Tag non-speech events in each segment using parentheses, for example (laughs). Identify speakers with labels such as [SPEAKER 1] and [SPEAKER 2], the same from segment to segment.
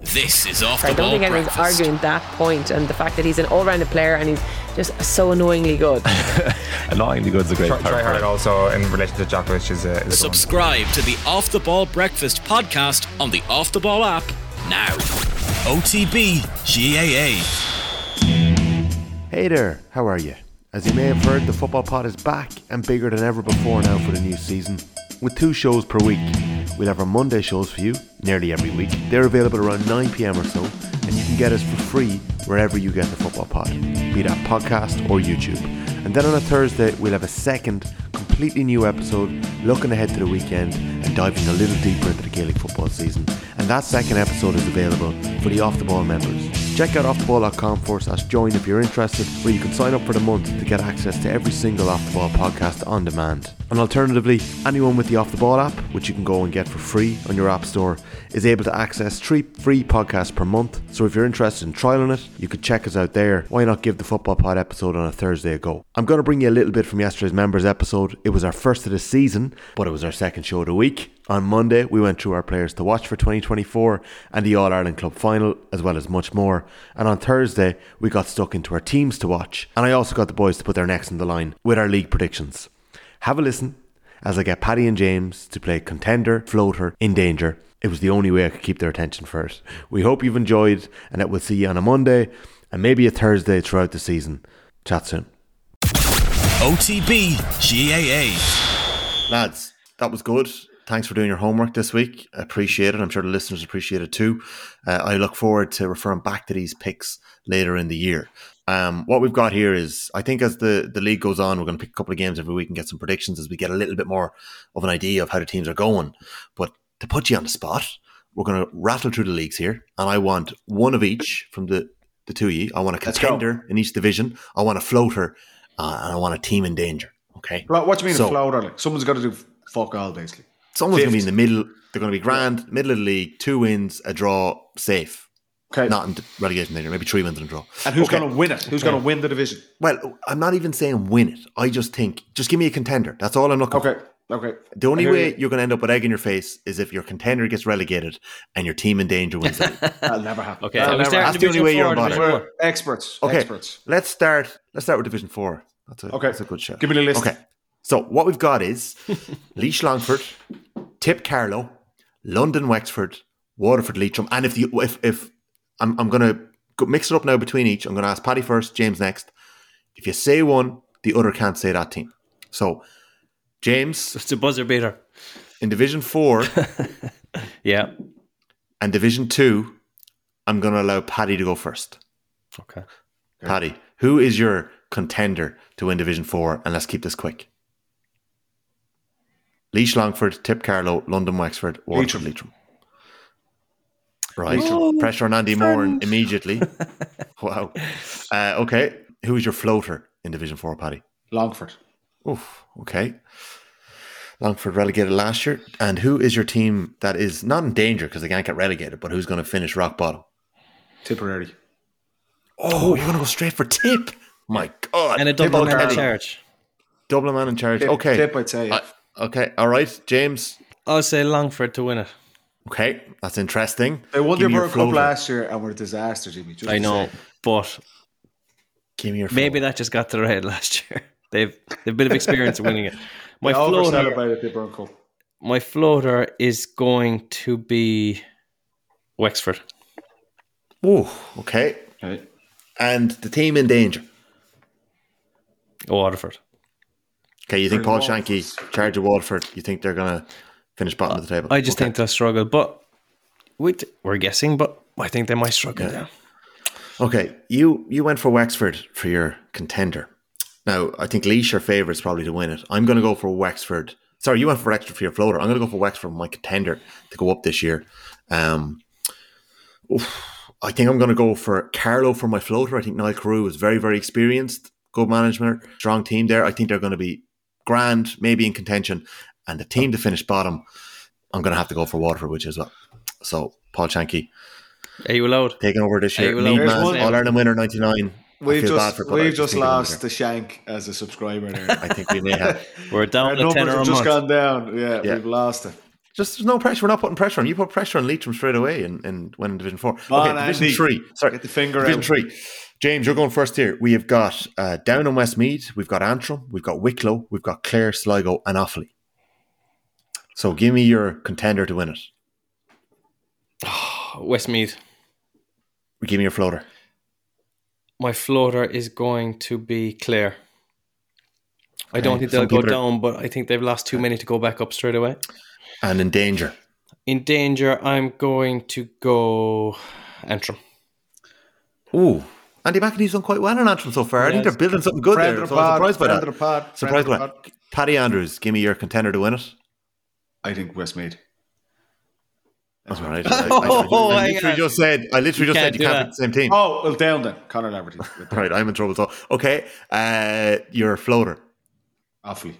[SPEAKER 1] This is off
[SPEAKER 2] I
[SPEAKER 1] the
[SPEAKER 2] don't
[SPEAKER 1] ball
[SPEAKER 2] think anyone's
[SPEAKER 1] breakfast.
[SPEAKER 2] arguing that point and the fact that he's an all-rounded player and he's just so annoyingly good.
[SPEAKER 3] Annoyingly good's a great
[SPEAKER 4] Try,
[SPEAKER 3] part.
[SPEAKER 4] try hard also in relation to Djokovic is a, is a good one.
[SPEAKER 1] Subscribe to the Off the Ball Breakfast podcast on the Off the Ball app now. OTB GAA.
[SPEAKER 5] Hey there, how are you? As you may have heard, the Football Pod is back and bigger than ever before now for the new season. With two shows per week, we'll have our Monday shows for you nearly every week. They're available around 9pm or so, and you can get us for free wherever you get the Football Pod, be that podcast or YouTube. And then on a Thursday, we'll have a second, completely new episode looking ahead to the weekend and diving a little deeper into the Gaelic football season. And that second episode is available for the Off the Ball members. Check out offtheball.com forward slash join if you're interested, where you can sign up for the month to get access to every single Off the Ball podcast on demand. And alternatively, anyone with the Off the Ball app, which you can go and get for free on your app store, is able to access three free podcasts per month. So if you're interested in trialing it, you could check us out there. Why not give the Football Pod episode on a Thursday a go? I'm going to bring you a little bit from yesterday's members episode. It was our first of the season, but it was our second show of the week. On Monday, we went through our players to watch for 2024 and the All Ireland Club final, as well as much more. And on Thursday, we got stuck into our teams to watch, and I also got the boys to put their necks in the line with our league predictions. Have a listen as I get Paddy and James to play contender, floater, in danger. It was the only way I could keep their attention first. We hope you've enjoyed, and that we'll see you on a Monday and maybe a Thursday throughout the season. Chat soon.
[SPEAKER 1] OTB GAA.
[SPEAKER 5] Lads, that was good. Thanks for doing your homework this week. I appreciate it. I'm sure the listeners appreciate it too. Uh, I look forward to referring back to these picks later in the year. Um, what we've got here is, I think, as the, the league goes on, we're going to pick a couple of games every week and get some predictions as we get a little bit more of an idea of how the teams are going. But to put you on the spot, we're going to rattle through the leagues here, and I want one of each from the the two of you. I want a
[SPEAKER 4] go.
[SPEAKER 5] contender in each division. I want a floater, uh, and I want a team in danger. Okay.
[SPEAKER 6] Flo- What do you mean
[SPEAKER 5] So-
[SPEAKER 6] a floater? Like someone's got to do f- fuck all basically.
[SPEAKER 5] Someone's going to be in
[SPEAKER 6] Fifth.
[SPEAKER 5] the middle. They're going to be grand, middle of the league, two wins, a draw, safe.
[SPEAKER 6] Okay.
[SPEAKER 5] Not in relegation danger, maybe three wins and a draw.
[SPEAKER 6] And who's
[SPEAKER 5] Okay.
[SPEAKER 6] going to win it? Who's going to win the division?
[SPEAKER 5] Well, I'm not even saying win it. I just think, just give me a contender. That's all I'm looking
[SPEAKER 6] Okay.
[SPEAKER 5] for. (laughs)
[SPEAKER 6] Okay.
[SPEAKER 5] The
[SPEAKER 6] I
[SPEAKER 5] only
[SPEAKER 6] hear
[SPEAKER 5] way
[SPEAKER 6] you.
[SPEAKER 5] you're going to end up with egg in your face is if your contender gets relegated and your team in danger
[SPEAKER 6] (laughs)
[SPEAKER 5] wins. the league.
[SPEAKER 6] That'll never happen.
[SPEAKER 7] Okay,
[SPEAKER 6] That'll never
[SPEAKER 7] so we start in
[SPEAKER 5] That's the only
[SPEAKER 7] Division
[SPEAKER 5] way you're
[SPEAKER 7] Four,
[SPEAKER 5] about it.
[SPEAKER 7] Division
[SPEAKER 6] We're
[SPEAKER 7] Four.
[SPEAKER 6] experts.
[SPEAKER 5] Okay,
[SPEAKER 6] Experts.
[SPEAKER 5] let's start. Let's start with Division Four. That's a,
[SPEAKER 6] Okay.
[SPEAKER 5] that's a good shot.
[SPEAKER 6] Give me the list.
[SPEAKER 5] Okay, so what we've got
[SPEAKER 6] (laughs)
[SPEAKER 5] is Leash Longford, Tip Carlow, London Wexford, Waterford Leitrim, and if you if if I'm I'm gonna go mix it up now between each. I'm gonna ask Paddy first, James next. If you say one, the other can't say that team. So James
[SPEAKER 7] It's a buzzer beater.
[SPEAKER 5] in Division Four
[SPEAKER 7] (laughs) Yeah.
[SPEAKER 5] and Division Two, I'm gonna allow Paddy to go first.
[SPEAKER 7] Okay.
[SPEAKER 5] Paddy, who is your contender to win Division Four? And let's keep this quick. Leash Longford, Tip Carlow, London Wexford, Waterford Leitrim. Right. Pressure on Andy Moore
[SPEAKER 7] (laughs)
[SPEAKER 5] immediately. wow. Uh, okay. Who is your floater in Division Four, Paddy?
[SPEAKER 6] Longford.
[SPEAKER 5] Oof. Okay. Longford relegated last year. And who is your team that is not in danger because they can't get relegated, but who's going to finish rock bottom?
[SPEAKER 6] Tipperary.
[SPEAKER 5] Oh, you're going to go straight for Tip. My God.
[SPEAKER 7] And a
[SPEAKER 5] Tip
[SPEAKER 7] double man
[SPEAKER 5] O'Carroll.
[SPEAKER 7] in charge.
[SPEAKER 5] Dublin man in charge.
[SPEAKER 6] Tip-
[SPEAKER 5] okay.
[SPEAKER 6] Tip, I'd say. yeah.
[SPEAKER 5] I- okay. All right, James.
[SPEAKER 7] I'll say Longford to win it.
[SPEAKER 5] Okay, that's interesting.
[SPEAKER 6] They won the
[SPEAKER 5] Give me your
[SPEAKER 6] World Cup
[SPEAKER 5] floater.
[SPEAKER 6] last year and were a disaster, Jimmy. Just
[SPEAKER 7] I
[SPEAKER 6] to
[SPEAKER 7] know,
[SPEAKER 6] say.
[SPEAKER 7] but
[SPEAKER 5] Give me your
[SPEAKER 7] maybe
[SPEAKER 5] floater.
[SPEAKER 7] that just got to their head (laughs) last year. They've they've a bit of experience in winning it. My
[SPEAKER 6] They over
[SPEAKER 7] floater,
[SPEAKER 6] celebrated the World Cup.
[SPEAKER 7] my floater is going to be Wexford.
[SPEAKER 5] Ooh, okay.
[SPEAKER 6] Okay.
[SPEAKER 5] And the team in danger.
[SPEAKER 7] Waterford.
[SPEAKER 5] Okay, you think Paul Shankey, charge of Waterford, you think they're gonna finish bottom of the table?
[SPEAKER 7] I just
[SPEAKER 5] Okay.
[SPEAKER 7] think they'll struggle, but we we're guessing, but I think they might struggle. Yeah.
[SPEAKER 5] Okay, you you went for Wexford for your contender. Now I think Leash are favourites probably to win it. I'm going to go for Wexford. Sorry, you went for Wexford for your floater. I'm going to go for Wexford my contender to go up this year. Um, oof, I think I'm going to go for Carlo for my floater. I think Niall Carew is very very experienced, good management, strong team there. I think they're going to be grand, maybe in contention, and the team to finish bottom. I'm going to have to go for Waterford, which is well. So Paul Shankey
[SPEAKER 7] Are you allowed?
[SPEAKER 5] taking over this year.
[SPEAKER 7] Hey, well,
[SPEAKER 5] Lead
[SPEAKER 6] there's
[SPEAKER 5] man,
[SPEAKER 6] one-
[SPEAKER 5] All Ireland winner '99.
[SPEAKER 6] We've
[SPEAKER 5] bad
[SPEAKER 6] just,
[SPEAKER 5] for Bud. I
[SPEAKER 6] we've
[SPEAKER 5] just
[SPEAKER 6] just
[SPEAKER 5] think I'm
[SPEAKER 6] lost
[SPEAKER 5] there.
[SPEAKER 6] the shank as a subscriber
[SPEAKER 5] (laughs)
[SPEAKER 6] there.
[SPEAKER 5] I think we may have.
[SPEAKER 6] (laughs)
[SPEAKER 7] We're
[SPEAKER 6] Our
[SPEAKER 7] down to
[SPEAKER 6] numbers
[SPEAKER 7] ten or
[SPEAKER 6] have
[SPEAKER 7] a
[SPEAKER 6] just gone
[SPEAKER 7] month.
[SPEAKER 6] down. Yeah,
[SPEAKER 5] Yeah.
[SPEAKER 6] we've lost it.
[SPEAKER 5] Just there's no pressure. We're not putting pressure on you. Put pressure on Leitrim straight away and, and winning Division Four.
[SPEAKER 6] Come
[SPEAKER 5] okay,
[SPEAKER 6] on,
[SPEAKER 5] Division
[SPEAKER 6] Andy.
[SPEAKER 5] Three. Sorry,
[SPEAKER 6] Get the finger
[SPEAKER 5] Division
[SPEAKER 6] out.
[SPEAKER 5] Three. James, you're going first here. We have got uh, Down and Westmead. We've got Antrim. We've got Wicklow. We've got Clare, Sligo, and Offaly. So give me your contender to win it.
[SPEAKER 7] Westmead.
[SPEAKER 5] Give me your floater.
[SPEAKER 7] My floater is going to be Clare. I don't
[SPEAKER 5] Okay,
[SPEAKER 7] think they'll
[SPEAKER 5] some
[SPEAKER 7] go
[SPEAKER 5] people are-
[SPEAKER 7] down, but I think they've lost too many to go back up straight away.
[SPEAKER 5] And in danger.
[SPEAKER 7] In danger, I'm going to go Antrim.
[SPEAKER 5] Ooh. Andy McAtee's done quite well in Antrim so far. I think
[SPEAKER 7] Yes.
[SPEAKER 5] they're building something good
[SPEAKER 6] Friend
[SPEAKER 5] there.
[SPEAKER 6] of
[SPEAKER 5] So I'm
[SPEAKER 6] the pod,
[SPEAKER 5] surprised by
[SPEAKER 6] friend
[SPEAKER 5] that.
[SPEAKER 6] of the pod,
[SPEAKER 5] surprised by
[SPEAKER 6] friend of
[SPEAKER 5] that.
[SPEAKER 6] the
[SPEAKER 5] Paddy Andrews, give me your contender to win it.
[SPEAKER 6] I think Westmead.
[SPEAKER 5] That's all right. I,
[SPEAKER 6] (laughs)
[SPEAKER 5] I, I,
[SPEAKER 7] hang
[SPEAKER 5] literally
[SPEAKER 7] on.
[SPEAKER 5] just said. I literally just said
[SPEAKER 7] can't
[SPEAKER 5] you
[SPEAKER 7] do
[SPEAKER 5] can't
[SPEAKER 7] that.
[SPEAKER 5] pick the same team.
[SPEAKER 6] Oh, well, down then. Conor Laverty.
[SPEAKER 5] (laughs)
[SPEAKER 6] with
[SPEAKER 5] Right, I'm in trouble. So okay, uh, your floater
[SPEAKER 6] Offaly.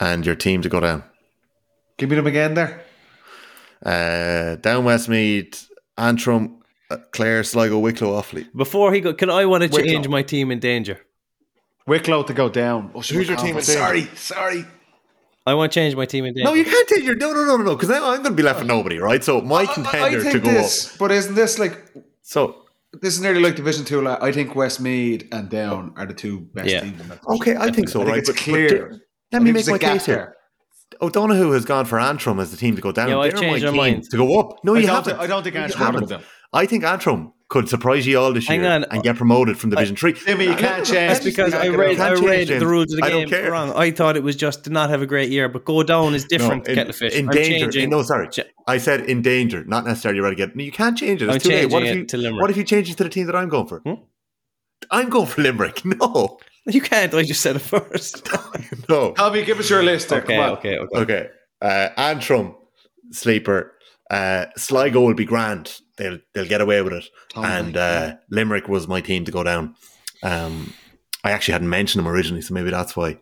[SPEAKER 5] and your team to go down.
[SPEAKER 6] Give me them again there.
[SPEAKER 5] Uh, down Westmead, Antrim, uh, Clare, Sligo, Wicklow, Offaly.
[SPEAKER 7] Before he go, can I want to
[SPEAKER 6] Wicklow.
[SPEAKER 7] change my team in danger?
[SPEAKER 6] Wicklow to go down. Oh,
[SPEAKER 5] Who's your team in danger?
[SPEAKER 6] Sorry, sorry.
[SPEAKER 7] I want to change my team in danger.
[SPEAKER 5] No, you can't take your no, no, no, no, no, because I'm going to be left with nobody, right? So my contender to go up.
[SPEAKER 6] this, but isn't this like
[SPEAKER 5] So
[SPEAKER 6] this is nearly like Division Two? Like, I think Westmead and Down are the two best
[SPEAKER 7] Yeah.
[SPEAKER 6] teams. In that
[SPEAKER 5] okay, I think so,
[SPEAKER 6] I think
[SPEAKER 5] right?
[SPEAKER 6] it's
[SPEAKER 5] but- but
[SPEAKER 6] clear.
[SPEAKER 5] di- let Oh, me make my case here. O'Donoghue has gone for Antrim as the team to go down.
[SPEAKER 7] Yeah, I've
[SPEAKER 5] They're
[SPEAKER 7] changed
[SPEAKER 5] my
[SPEAKER 7] my
[SPEAKER 5] team
[SPEAKER 7] mind.
[SPEAKER 5] to go up. No,
[SPEAKER 6] I
[SPEAKER 5] you
[SPEAKER 6] don't
[SPEAKER 5] haven't.
[SPEAKER 6] thi- I don't think
[SPEAKER 5] No, you
[SPEAKER 6] Antrim will go
[SPEAKER 5] haven't.
[SPEAKER 6] down.
[SPEAKER 5] I think Antrim could surprise you all this
[SPEAKER 7] Hang
[SPEAKER 5] year
[SPEAKER 7] on.
[SPEAKER 5] and get promoted from Division Three.
[SPEAKER 6] Jimmy, you can't change.
[SPEAKER 7] That's because I read, I
[SPEAKER 5] Can't
[SPEAKER 7] read
[SPEAKER 5] change
[SPEAKER 7] the
[SPEAKER 5] him.
[SPEAKER 7] rules of the
[SPEAKER 5] I don't
[SPEAKER 7] game
[SPEAKER 5] care.
[SPEAKER 7] wrong. I thought it was just to not have a great year, but go down is different.
[SPEAKER 5] in,
[SPEAKER 7] kettle of fish.
[SPEAKER 5] in
[SPEAKER 7] I'm
[SPEAKER 5] danger.
[SPEAKER 7] changing.
[SPEAKER 5] In- no, sorry.
[SPEAKER 7] Ch-
[SPEAKER 5] I said in danger, not necessarily ready to get. No, you can't change it. It's
[SPEAKER 7] I'm
[SPEAKER 5] too late. What
[SPEAKER 7] changing
[SPEAKER 5] if,
[SPEAKER 7] it
[SPEAKER 5] you,
[SPEAKER 7] to Limerick. Hmm?
[SPEAKER 5] what if you change it to the team that I'm going for? I'm going for Limerick. (laughs) No.
[SPEAKER 7] (laughs) You can't. I just said it first.
[SPEAKER 5] No.
[SPEAKER 6] Tommy, give us your list. There.
[SPEAKER 7] (laughs) okay,
[SPEAKER 6] Come on.
[SPEAKER 7] okay, okay.
[SPEAKER 5] Okay. Uh, Antrim, sleeper. Uh, Sligo will be grand. They'll they'll get away with it.
[SPEAKER 6] Oh
[SPEAKER 5] and uh, Limerick was my team to go down. Um, I actually hadn't mentioned them originally, so maybe that's why.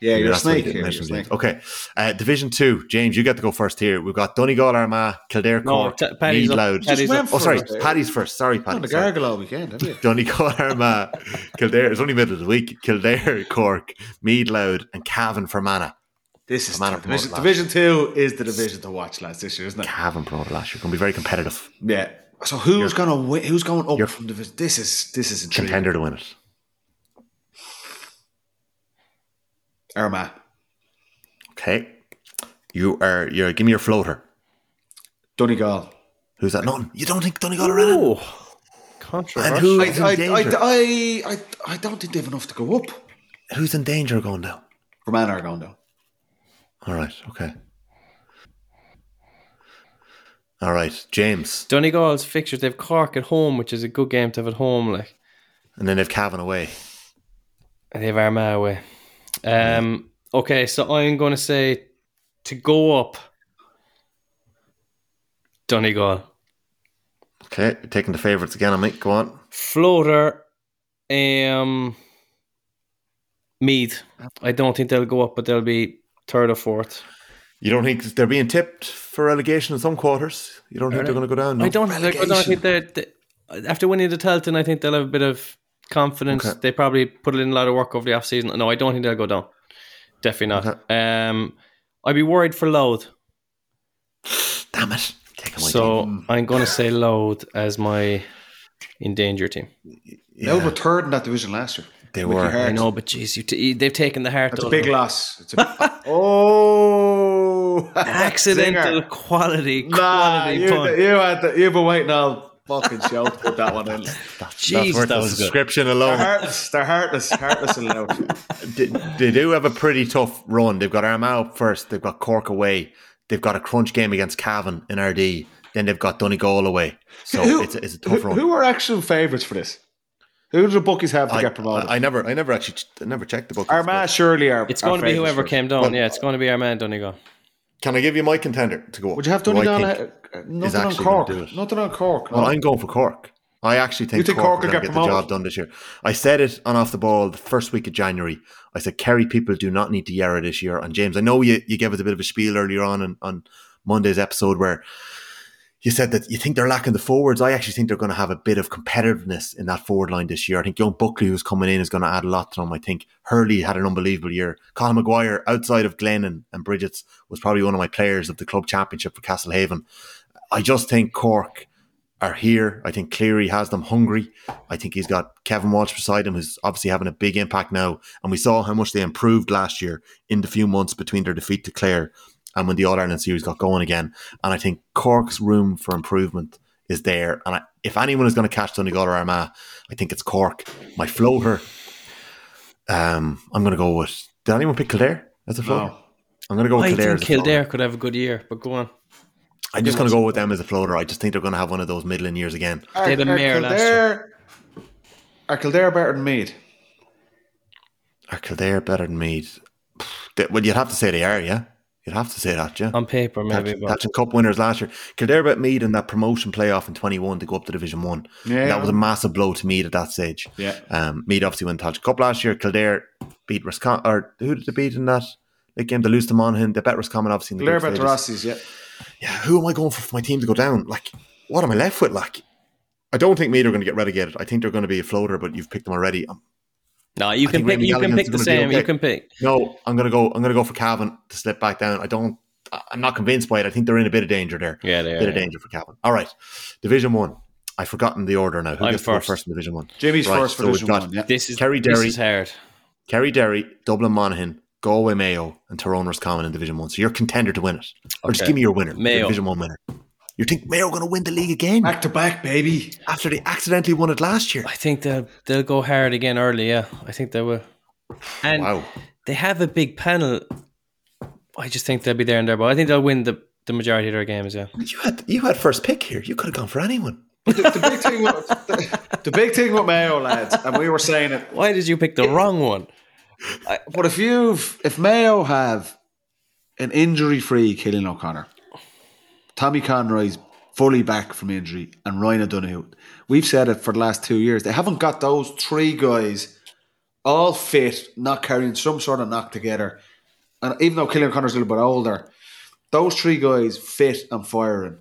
[SPEAKER 6] Yeah,
[SPEAKER 5] maybe
[SPEAKER 6] you're a
[SPEAKER 5] that's why you
[SPEAKER 6] snake
[SPEAKER 5] didn't
[SPEAKER 6] here. You're a
[SPEAKER 5] mention them,
[SPEAKER 6] snake.
[SPEAKER 5] James. Okay. Uh, Division two, James, you get to go first here. We've got Donegal, Armagh, Kildare,
[SPEAKER 7] No,
[SPEAKER 5] Cork,
[SPEAKER 7] Ta- Paddy's
[SPEAKER 5] Meath
[SPEAKER 7] up.
[SPEAKER 5] Loud.
[SPEAKER 7] Paddy's
[SPEAKER 6] Just
[SPEAKER 7] up.
[SPEAKER 6] went
[SPEAKER 5] Oh, sorry,
[SPEAKER 6] for it.
[SPEAKER 5] Paddy's first. Sorry,
[SPEAKER 6] On the
[SPEAKER 5] Paddy. Sorry.
[SPEAKER 6] gargle all weekend, haven't you?
[SPEAKER 5] Donegal, (laughs) Armagh, Kildare. It's only middle of the week. Kildare, (laughs) Cork, Mead Loud, and Cavan for Mana.
[SPEAKER 6] This is
[SPEAKER 5] I'm out of
[SPEAKER 6] division,
[SPEAKER 5] promote,
[SPEAKER 6] division Two is the division to watch lads this year, isn't it?
[SPEAKER 5] Cavan promoted last year. Going to be very competitive.
[SPEAKER 6] Yeah. So who's gonna win? Who's going
[SPEAKER 5] You're-
[SPEAKER 6] up from division? This is this is intriguing.
[SPEAKER 5] Contender to win it.
[SPEAKER 6] Armagh.
[SPEAKER 5] Okay. You are. You're. Give me your floater.
[SPEAKER 6] Donegal.
[SPEAKER 5] Who's that? None. You don't think Donegal are in it?
[SPEAKER 7] Controversial.
[SPEAKER 5] And who
[SPEAKER 6] I,
[SPEAKER 5] is in
[SPEAKER 6] I, I,
[SPEAKER 5] danger?
[SPEAKER 6] I, I, I don't think they've enough to go up.
[SPEAKER 5] Who's in danger of going down?
[SPEAKER 6] Roman are going down.
[SPEAKER 5] All right. Okay. All right, James,
[SPEAKER 7] Donegal's fixtures. They've Cork at home, which is a good game to have at home. Like
[SPEAKER 5] and then they've Cavan away.
[SPEAKER 7] and they have Armagh away. Um. Okay, so I'm going to say to go up. Donegal
[SPEAKER 5] Okay, you're taking the favourites again on me. Go on.
[SPEAKER 7] floater. Um. Mead. I don't think they'll go up, but they'll be third or fourth.
[SPEAKER 5] You don't think they're being tipped for relegation in some quarters? You don't think they're going to go down? No?
[SPEAKER 7] I don't, like, I don't think they're, they after winning the Telton, I think they'll have a bit of confidence.
[SPEAKER 5] Okay.
[SPEAKER 7] They probably put in a lot of work over the off season. No, I don't think they'll go down. Definitely not. Um, I'd be worried for Loud,
[SPEAKER 5] Damn it! Take away.
[SPEAKER 7] so I'm going to say Loud as my in danger team.
[SPEAKER 5] Yeah.
[SPEAKER 6] They were third in that division last year.
[SPEAKER 5] They
[SPEAKER 6] With your
[SPEAKER 5] were.
[SPEAKER 6] heart.
[SPEAKER 7] I know, but jeez, you t- they've taken the heart.
[SPEAKER 6] It's a
[SPEAKER 7] out
[SPEAKER 6] big
[SPEAKER 7] of them.
[SPEAKER 6] loss. It's
[SPEAKER 5] (laughs)
[SPEAKER 6] a, (laughs) oh,
[SPEAKER 7] accidental
[SPEAKER 6] Zinger.
[SPEAKER 7] quality
[SPEAKER 6] Nah,
[SPEAKER 7] (laughs) quality
[SPEAKER 6] you,
[SPEAKER 7] pun.
[SPEAKER 6] you had the, you've been waiting all fucking show to put that one in.
[SPEAKER 5] (laughs) that's
[SPEAKER 7] Jeez,
[SPEAKER 5] worth
[SPEAKER 7] that
[SPEAKER 5] the
[SPEAKER 7] was good.
[SPEAKER 5] subscription
[SPEAKER 6] They're
[SPEAKER 5] alone.
[SPEAKER 6] heartless. They're heartless. Heartless and loud.
[SPEAKER 5] they, they do have a pretty tough run. They've got Armagh up first. They've got Cork away. They've got a crunch game against Cavan in RD. Then they've got Donegal away. So
[SPEAKER 6] Who-
[SPEAKER 5] it's, a- it's a tough
[SPEAKER 6] who,
[SPEAKER 5] run.
[SPEAKER 6] who are actual favourites for this? Who do the bookies have to
[SPEAKER 5] I,
[SPEAKER 6] get promoted?
[SPEAKER 5] I, I never, I never actually, ch- I never checked the book.
[SPEAKER 6] Armagh surely are.
[SPEAKER 7] It's
[SPEAKER 6] are
[SPEAKER 7] going to be
[SPEAKER 6] favourites
[SPEAKER 7] whoever
[SPEAKER 6] for it.
[SPEAKER 7] came down. Yeah, it's going to be our man Donegal.
[SPEAKER 5] Can I give you my contender to go? up?
[SPEAKER 6] Would you have
[SPEAKER 5] Who I
[SPEAKER 6] Donegal?
[SPEAKER 5] think-
[SPEAKER 6] uh, Nothing on
[SPEAKER 5] actually gonna
[SPEAKER 6] Cork.
[SPEAKER 5] do it.
[SPEAKER 6] Nothing on Cork.
[SPEAKER 5] Well,
[SPEAKER 6] no.
[SPEAKER 5] I'm going for Cork. I actually think,
[SPEAKER 6] You think
[SPEAKER 5] Cork,
[SPEAKER 6] Cork
[SPEAKER 5] are going
[SPEAKER 6] will
[SPEAKER 5] to
[SPEAKER 6] get
[SPEAKER 5] get the job
[SPEAKER 6] promoted?
[SPEAKER 5] done this year. I said it on off the ball the first week of January. I said Kerry people do not need to Yarra this year. And James, I know you, you gave us a bit of a spiel earlier on, on on Monday's episode where you said that you think they're lacking the forwards. I actually think they're going to have a bit of competitiveness in that forward line this year. I think John Buckley, who's coming in, is going to add a lot to them. I think Hurley had an unbelievable year. Colin McGuire, outside of Glennon and Bridget's, was probably one of my players of the club championship for Castlehaven. I just think Cork are here. I think Cleary has them hungry. I think he's got Kevin Walsh beside him, who's obviously having a big impact now. And we saw how much they improved last year in the few months between their defeat to Clare and when the All Ireland series got going again. And I think Cork's room for improvement is there. And I, if anyone is going to catch Donegal or Armagh, I think it's Cork. My floater, um, I'm going to go with. Did anyone pick Kildare as a floater? I'm going to go with
[SPEAKER 7] I
[SPEAKER 5] Kildare. as
[SPEAKER 7] think
[SPEAKER 5] a floater.
[SPEAKER 7] Kildare could have a good year, but go on.
[SPEAKER 5] I'm just going to go with them as a floater. I just think they're going to have one of those middling years again.
[SPEAKER 7] They had a mayor last year.
[SPEAKER 6] Are Kildare better than Mead?
[SPEAKER 5] Are Kildare better than Mead? Pff, they- Well, you'd have to say they are, yeah. You'd have to say that, yeah.
[SPEAKER 7] On paper, maybe.
[SPEAKER 5] Thatchin-
[SPEAKER 7] But
[SPEAKER 5] Thatchin Cup winners last year. Kildare beat Mead in that promotion playoff in 21 to go up to Division 1.
[SPEAKER 6] Yeah.
[SPEAKER 5] That was a massive blow to Mead at that stage.
[SPEAKER 6] Yeah.
[SPEAKER 5] Um, Mead obviously won the Thatchin Cup last year. Kildare beat Roscommon, or who did they beat in that? They came to lose to Monaghan. They bet Roscommon, obviously, in the
[SPEAKER 6] Kildare
[SPEAKER 5] group
[SPEAKER 6] better than
[SPEAKER 5] stages.
[SPEAKER 6] Rossies, yeah.
[SPEAKER 5] Yeah, who am I going for for my team to go down? Like, what am I left with? Like, I don't think Mead are going to get relegated. I think they're going to be a floater, but you've picked them already. Um,
[SPEAKER 7] no, you
[SPEAKER 5] I think
[SPEAKER 7] can pick.
[SPEAKER 5] Raymond
[SPEAKER 7] You can
[SPEAKER 5] Gallagher's
[SPEAKER 7] pick the
[SPEAKER 5] gonna be
[SPEAKER 7] same. You
[SPEAKER 5] okay.
[SPEAKER 7] can pick.
[SPEAKER 5] No, I'm gonna go. I'm gonna go for Calvin to slip back down. I don't. I- I'm not convinced by it. I think they're in a bit of danger there.
[SPEAKER 7] Yeah, they
[SPEAKER 5] a
[SPEAKER 7] are,
[SPEAKER 5] bit of
[SPEAKER 7] yeah.
[SPEAKER 5] danger for Calvin. All right, Division One. I've forgotten the order now. Who
[SPEAKER 7] I'm
[SPEAKER 5] gets to go
[SPEAKER 7] first.
[SPEAKER 5] first in Division One?
[SPEAKER 6] Jimmy's
[SPEAKER 5] Right,
[SPEAKER 6] first for
[SPEAKER 5] so we've
[SPEAKER 6] Division
[SPEAKER 5] got-
[SPEAKER 6] 1, yeah.
[SPEAKER 7] This is
[SPEAKER 5] Kerry
[SPEAKER 7] this
[SPEAKER 5] Derry.
[SPEAKER 7] is hard.
[SPEAKER 5] Kerry, Derry, Dublin, Monaghan, Galway, Mayo, and Tyrone Roscommon in Division One. So you're contender to win it, or just
[SPEAKER 7] Okay.
[SPEAKER 5] give me your winner, your
[SPEAKER 7] Mayo.
[SPEAKER 5] Division One winner. You think Mayo going to win the league again
[SPEAKER 6] Back to back, baby.
[SPEAKER 5] after they accidentally won it last year?
[SPEAKER 7] I think they'll they'll go hard again early. Yeah, I think they will. And
[SPEAKER 5] Wow.
[SPEAKER 7] they have a big panel. I just think they'll be there and there, but I think they'll win the, the majority of their games. Yeah,
[SPEAKER 5] You had you had first pick here. You could have gone for anyone.
[SPEAKER 6] the, the big thing with, the, the big thing with Mayo, lads, and we were saying it.
[SPEAKER 7] why did you pick the wrong one?
[SPEAKER 6] But if you've if Mayo have an injury free Killian O'Connor, Tommy Conroy's fully back from injury, and Ryan O'Donoghue, we've said it for the last two years. They haven't got those three guys all fit, not carrying some sort of knock together. And even though Killian O'Connor's a little bit older, those three guys fit and firing.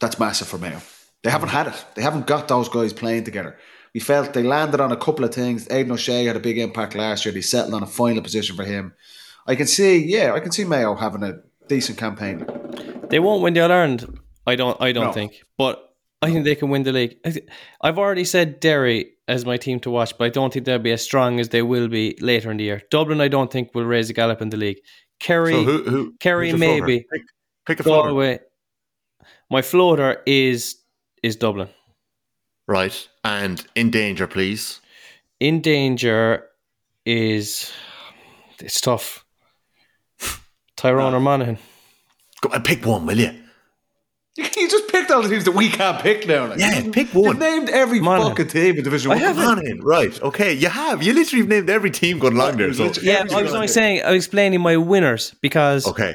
[SPEAKER 6] That's massive for Mayo. They haven't had it. They haven't got those guys playing together. We felt they landed on a couple of things. Aidan O'Shea had a big impact last year. They settled on a final position for him. I can see, yeah, I can see Mayo having a decent campaign.
[SPEAKER 7] They won't win the All Ireland. I don't. I don't
[SPEAKER 6] No.
[SPEAKER 7] think. But I think they can win the league. I thi- I've already said Derry as my team to watch, but I don't think they'll be as strong as they will be later in the year. Dublin, I don't think will raise a gallop in the league. Kerry,
[SPEAKER 5] So who who
[SPEAKER 7] Kerry
[SPEAKER 5] who's your floater?
[SPEAKER 7] maybe.
[SPEAKER 5] pick, pick a floater.
[SPEAKER 7] Galway. My floater is is Dublin.
[SPEAKER 5] Right. And in danger, please.
[SPEAKER 7] In danger is it's tough. Tyrone or Monaghan.
[SPEAKER 5] Go and pick one, will you?
[SPEAKER 6] You just picked all the teams that we can't pick now. Like.
[SPEAKER 5] Yeah, pick
[SPEAKER 6] You've
[SPEAKER 5] one.
[SPEAKER 6] named every
[SPEAKER 7] Monaghan.
[SPEAKER 6] fucking team in Division
[SPEAKER 7] I
[SPEAKER 6] One.
[SPEAKER 7] haven't.
[SPEAKER 5] Monaghan, right. Okay, you have. You literally have named every team going along there. So.
[SPEAKER 6] Literally
[SPEAKER 7] Yeah,
[SPEAKER 6] every
[SPEAKER 7] I was
[SPEAKER 6] single
[SPEAKER 7] only
[SPEAKER 6] team.
[SPEAKER 7] saying I was explaining my winners because
[SPEAKER 5] Okay.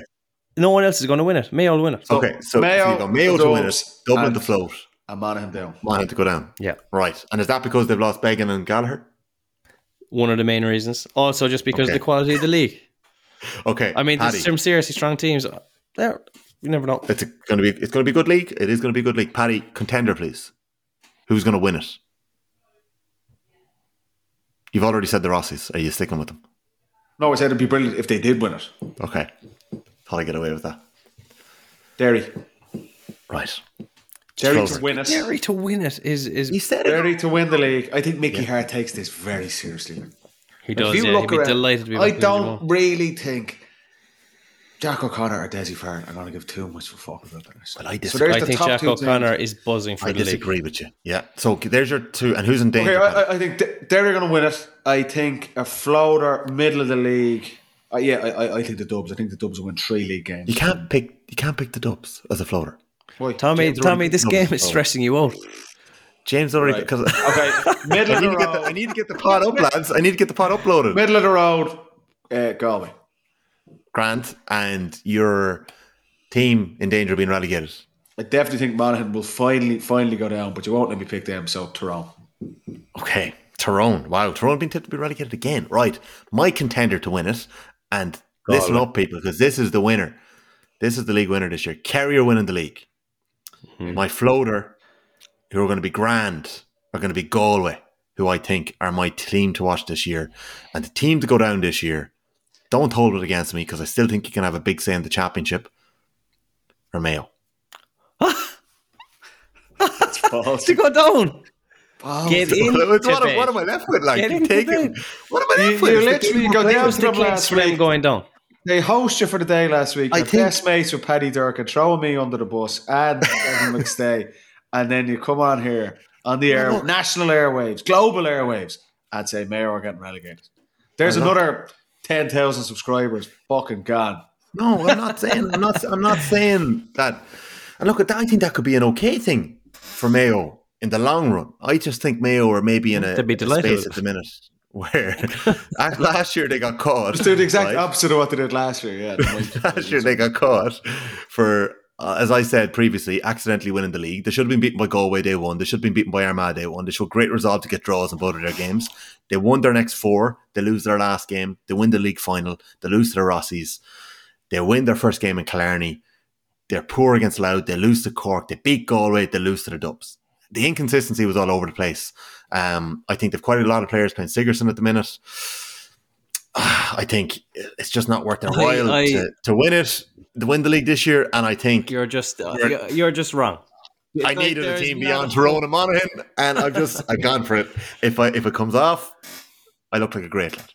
[SPEAKER 7] no one else is going to win it. Mayo will win it.
[SPEAKER 5] Okay. So Mayo,
[SPEAKER 6] Mayo,
[SPEAKER 5] you go. Mayo to win it,
[SPEAKER 6] Dubs,
[SPEAKER 5] Dublin
[SPEAKER 6] and-
[SPEAKER 5] to float,
[SPEAKER 6] I'm Monaghan down.
[SPEAKER 5] Monaghan to go down.
[SPEAKER 7] Yeah,
[SPEAKER 5] Right. And is that because they've lost Began and Gallagher?
[SPEAKER 7] one of the main reasons. Also, just because
[SPEAKER 5] Okay.
[SPEAKER 7] of the quality of the league.
[SPEAKER 5] Okay.
[SPEAKER 7] I mean,
[SPEAKER 5] Paddy.
[SPEAKER 7] there's some seriously strong teams. There, you never know.
[SPEAKER 5] It's going to be. It's going to be a good league. It is going to be a good league. Paddy, contender, please. Who's going to win it? You've already said the Rossies. Are you sticking with them?
[SPEAKER 6] No, I said it'd be brilliant if they did win it.
[SPEAKER 5] Okay. Thought I get away with that.
[SPEAKER 6] Derry,
[SPEAKER 5] Right.
[SPEAKER 6] Derry
[SPEAKER 5] Closer.
[SPEAKER 6] to win it.
[SPEAKER 7] Derry to win it is
[SPEAKER 5] You
[SPEAKER 7] is
[SPEAKER 5] said it.
[SPEAKER 6] Derry to win the league. I think Mickey Hart takes this very seriously. like.
[SPEAKER 7] he
[SPEAKER 6] If
[SPEAKER 7] does.
[SPEAKER 6] you
[SPEAKER 7] Yeah, he'd
[SPEAKER 6] look
[SPEAKER 7] be
[SPEAKER 6] around,
[SPEAKER 7] delighted to be. back
[SPEAKER 6] I
[SPEAKER 7] in Division
[SPEAKER 6] don't
[SPEAKER 7] One.
[SPEAKER 6] really think Jack O'Connor or Desi Farron are going to give too much of a fuck about this.
[SPEAKER 5] Well, I
[SPEAKER 6] So
[SPEAKER 5] disagree.
[SPEAKER 6] there's
[SPEAKER 7] I
[SPEAKER 6] the
[SPEAKER 7] think
[SPEAKER 6] top
[SPEAKER 7] Jack
[SPEAKER 6] two teams.
[SPEAKER 7] O'Connor is buzzing for
[SPEAKER 5] I
[SPEAKER 7] the league.
[SPEAKER 5] disagree with you. Yeah. So okay, there's your two, and who's in danger?
[SPEAKER 6] Okay,
[SPEAKER 5] Paddy?
[SPEAKER 6] I, I- I think De- Derry are going to win it. I think a floater, middle of the league. Uh, yeah, I, I, I think the Dubs. I think the Dubs will win three league games.
[SPEAKER 5] you can't pick. You can't pick the Dubs as a floater.
[SPEAKER 6] Why?
[SPEAKER 7] Tommy,
[SPEAKER 5] James
[SPEAKER 7] Tommy,
[SPEAKER 5] Rooney.
[SPEAKER 7] this
[SPEAKER 5] No,
[SPEAKER 7] game is
[SPEAKER 5] no.
[SPEAKER 7] stressing you out.
[SPEAKER 5] James already
[SPEAKER 6] Right.
[SPEAKER 5] because
[SPEAKER 6] (laughs) Okay,
[SPEAKER 7] (laughs)
[SPEAKER 6] middle
[SPEAKER 5] (laughs) I
[SPEAKER 6] of the
[SPEAKER 5] need to get the I need to get
[SPEAKER 6] road.
[SPEAKER 5] the pod
[SPEAKER 6] (laughs)
[SPEAKER 5] up, lads. I need to get the pod uploaded.
[SPEAKER 6] Middle of the road. Uh, Galway.
[SPEAKER 5] Grant and your team in danger of being relegated.
[SPEAKER 6] I definitely think Monaghan will finally finally go down, but you won't let me pick them. So Tyrone.
[SPEAKER 5] Okay, Tyrone. Wow, Tyrone being tipped to be relegated again. Right, my contender to win it, and listen up, people, because this is the winner. This is the league winner this year. Kerry are winning the league. My floater, who are going to be grand, are going to be Galway, who I think are my team to watch this year. And the team to go down this year, don't hold it against me because I still think you can have a big say in the championship, or Mayo.
[SPEAKER 6] (laughs)
[SPEAKER 7] to go down. Get in.
[SPEAKER 5] It's (laughs) what,
[SPEAKER 7] to
[SPEAKER 5] am- what
[SPEAKER 7] bed.
[SPEAKER 5] am I left with? Like,
[SPEAKER 7] Get
[SPEAKER 5] you
[SPEAKER 7] into
[SPEAKER 5] take
[SPEAKER 7] bed.
[SPEAKER 5] it. What am I left with?
[SPEAKER 6] You literally got
[SPEAKER 7] Where
[SPEAKER 6] down
[SPEAKER 7] was
[SPEAKER 6] to
[SPEAKER 7] the
[SPEAKER 6] them
[SPEAKER 7] case
[SPEAKER 6] last
[SPEAKER 7] for them
[SPEAKER 6] week.
[SPEAKER 7] going down?
[SPEAKER 6] They host you for the day last week.
[SPEAKER 5] I
[SPEAKER 6] You're
[SPEAKER 5] think-
[SPEAKER 6] best mates with Paddy Dirk and throwing me under the bus and
[SPEAKER 5] (laughs)
[SPEAKER 6] Evan McStay. And then you come on here on the air, national airwaves, global airwaves, and say Mayo are getting relegated. There's another 10,000 subscribers fucking gone.
[SPEAKER 5] No, I'm not saying. I'm not. I'm not saying that. And look, I think that could be an okay thing for Mayo in the long run. I just think Mayo are maybe in a,
[SPEAKER 7] They'd be
[SPEAKER 5] a
[SPEAKER 7] delighted.
[SPEAKER 5] space at the minute where (laughs) at- last year they got caught.
[SPEAKER 6] Let's do the exact
[SPEAKER 5] right?
[SPEAKER 6] opposite of what they did last year.
[SPEAKER 5] (laughs)
[SPEAKER 6] Yeah, they might-
[SPEAKER 5] Last year they got caught for, uh, as I said previously, accidentally winning the league. They should have been beaten by Galway day one. They should have been beaten by Armagh day one. They showed great resolve to get draws in both of their games. They won their next four. They lose their last game. They win the league final. They lose to the Rossies. They win their first game in Killarney. They're poor against Loud. They lose to Cork. They beat Galway. They lose to the Dubs. The inconsistency was all over the place. Um, I think they've quite a lot of players playing Sigerson at the minute. (sighs) I think it's just not worth their
[SPEAKER 7] I-
[SPEAKER 5] while
[SPEAKER 7] I-
[SPEAKER 5] to, to win it, to win the league this year. And I think
[SPEAKER 7] You're just uh,
[SPEAKER 5] You're-
[SPEAKER 7] you're, you're just wrong.
[SPEAKER 5] I
[SPEAKER 7] Like,
[SPEAKER 5] needed a
[SPEAKER 7] there's
[SPEAKER 5] team
[SPEAKER 7] not
[SPEAKER 5] beyond
[SPEAKER 7] a-
[SPEAKER 5] Tyrone and Monaghan, and I've just I've gone for it. If I if it comes off, I look like a great lad.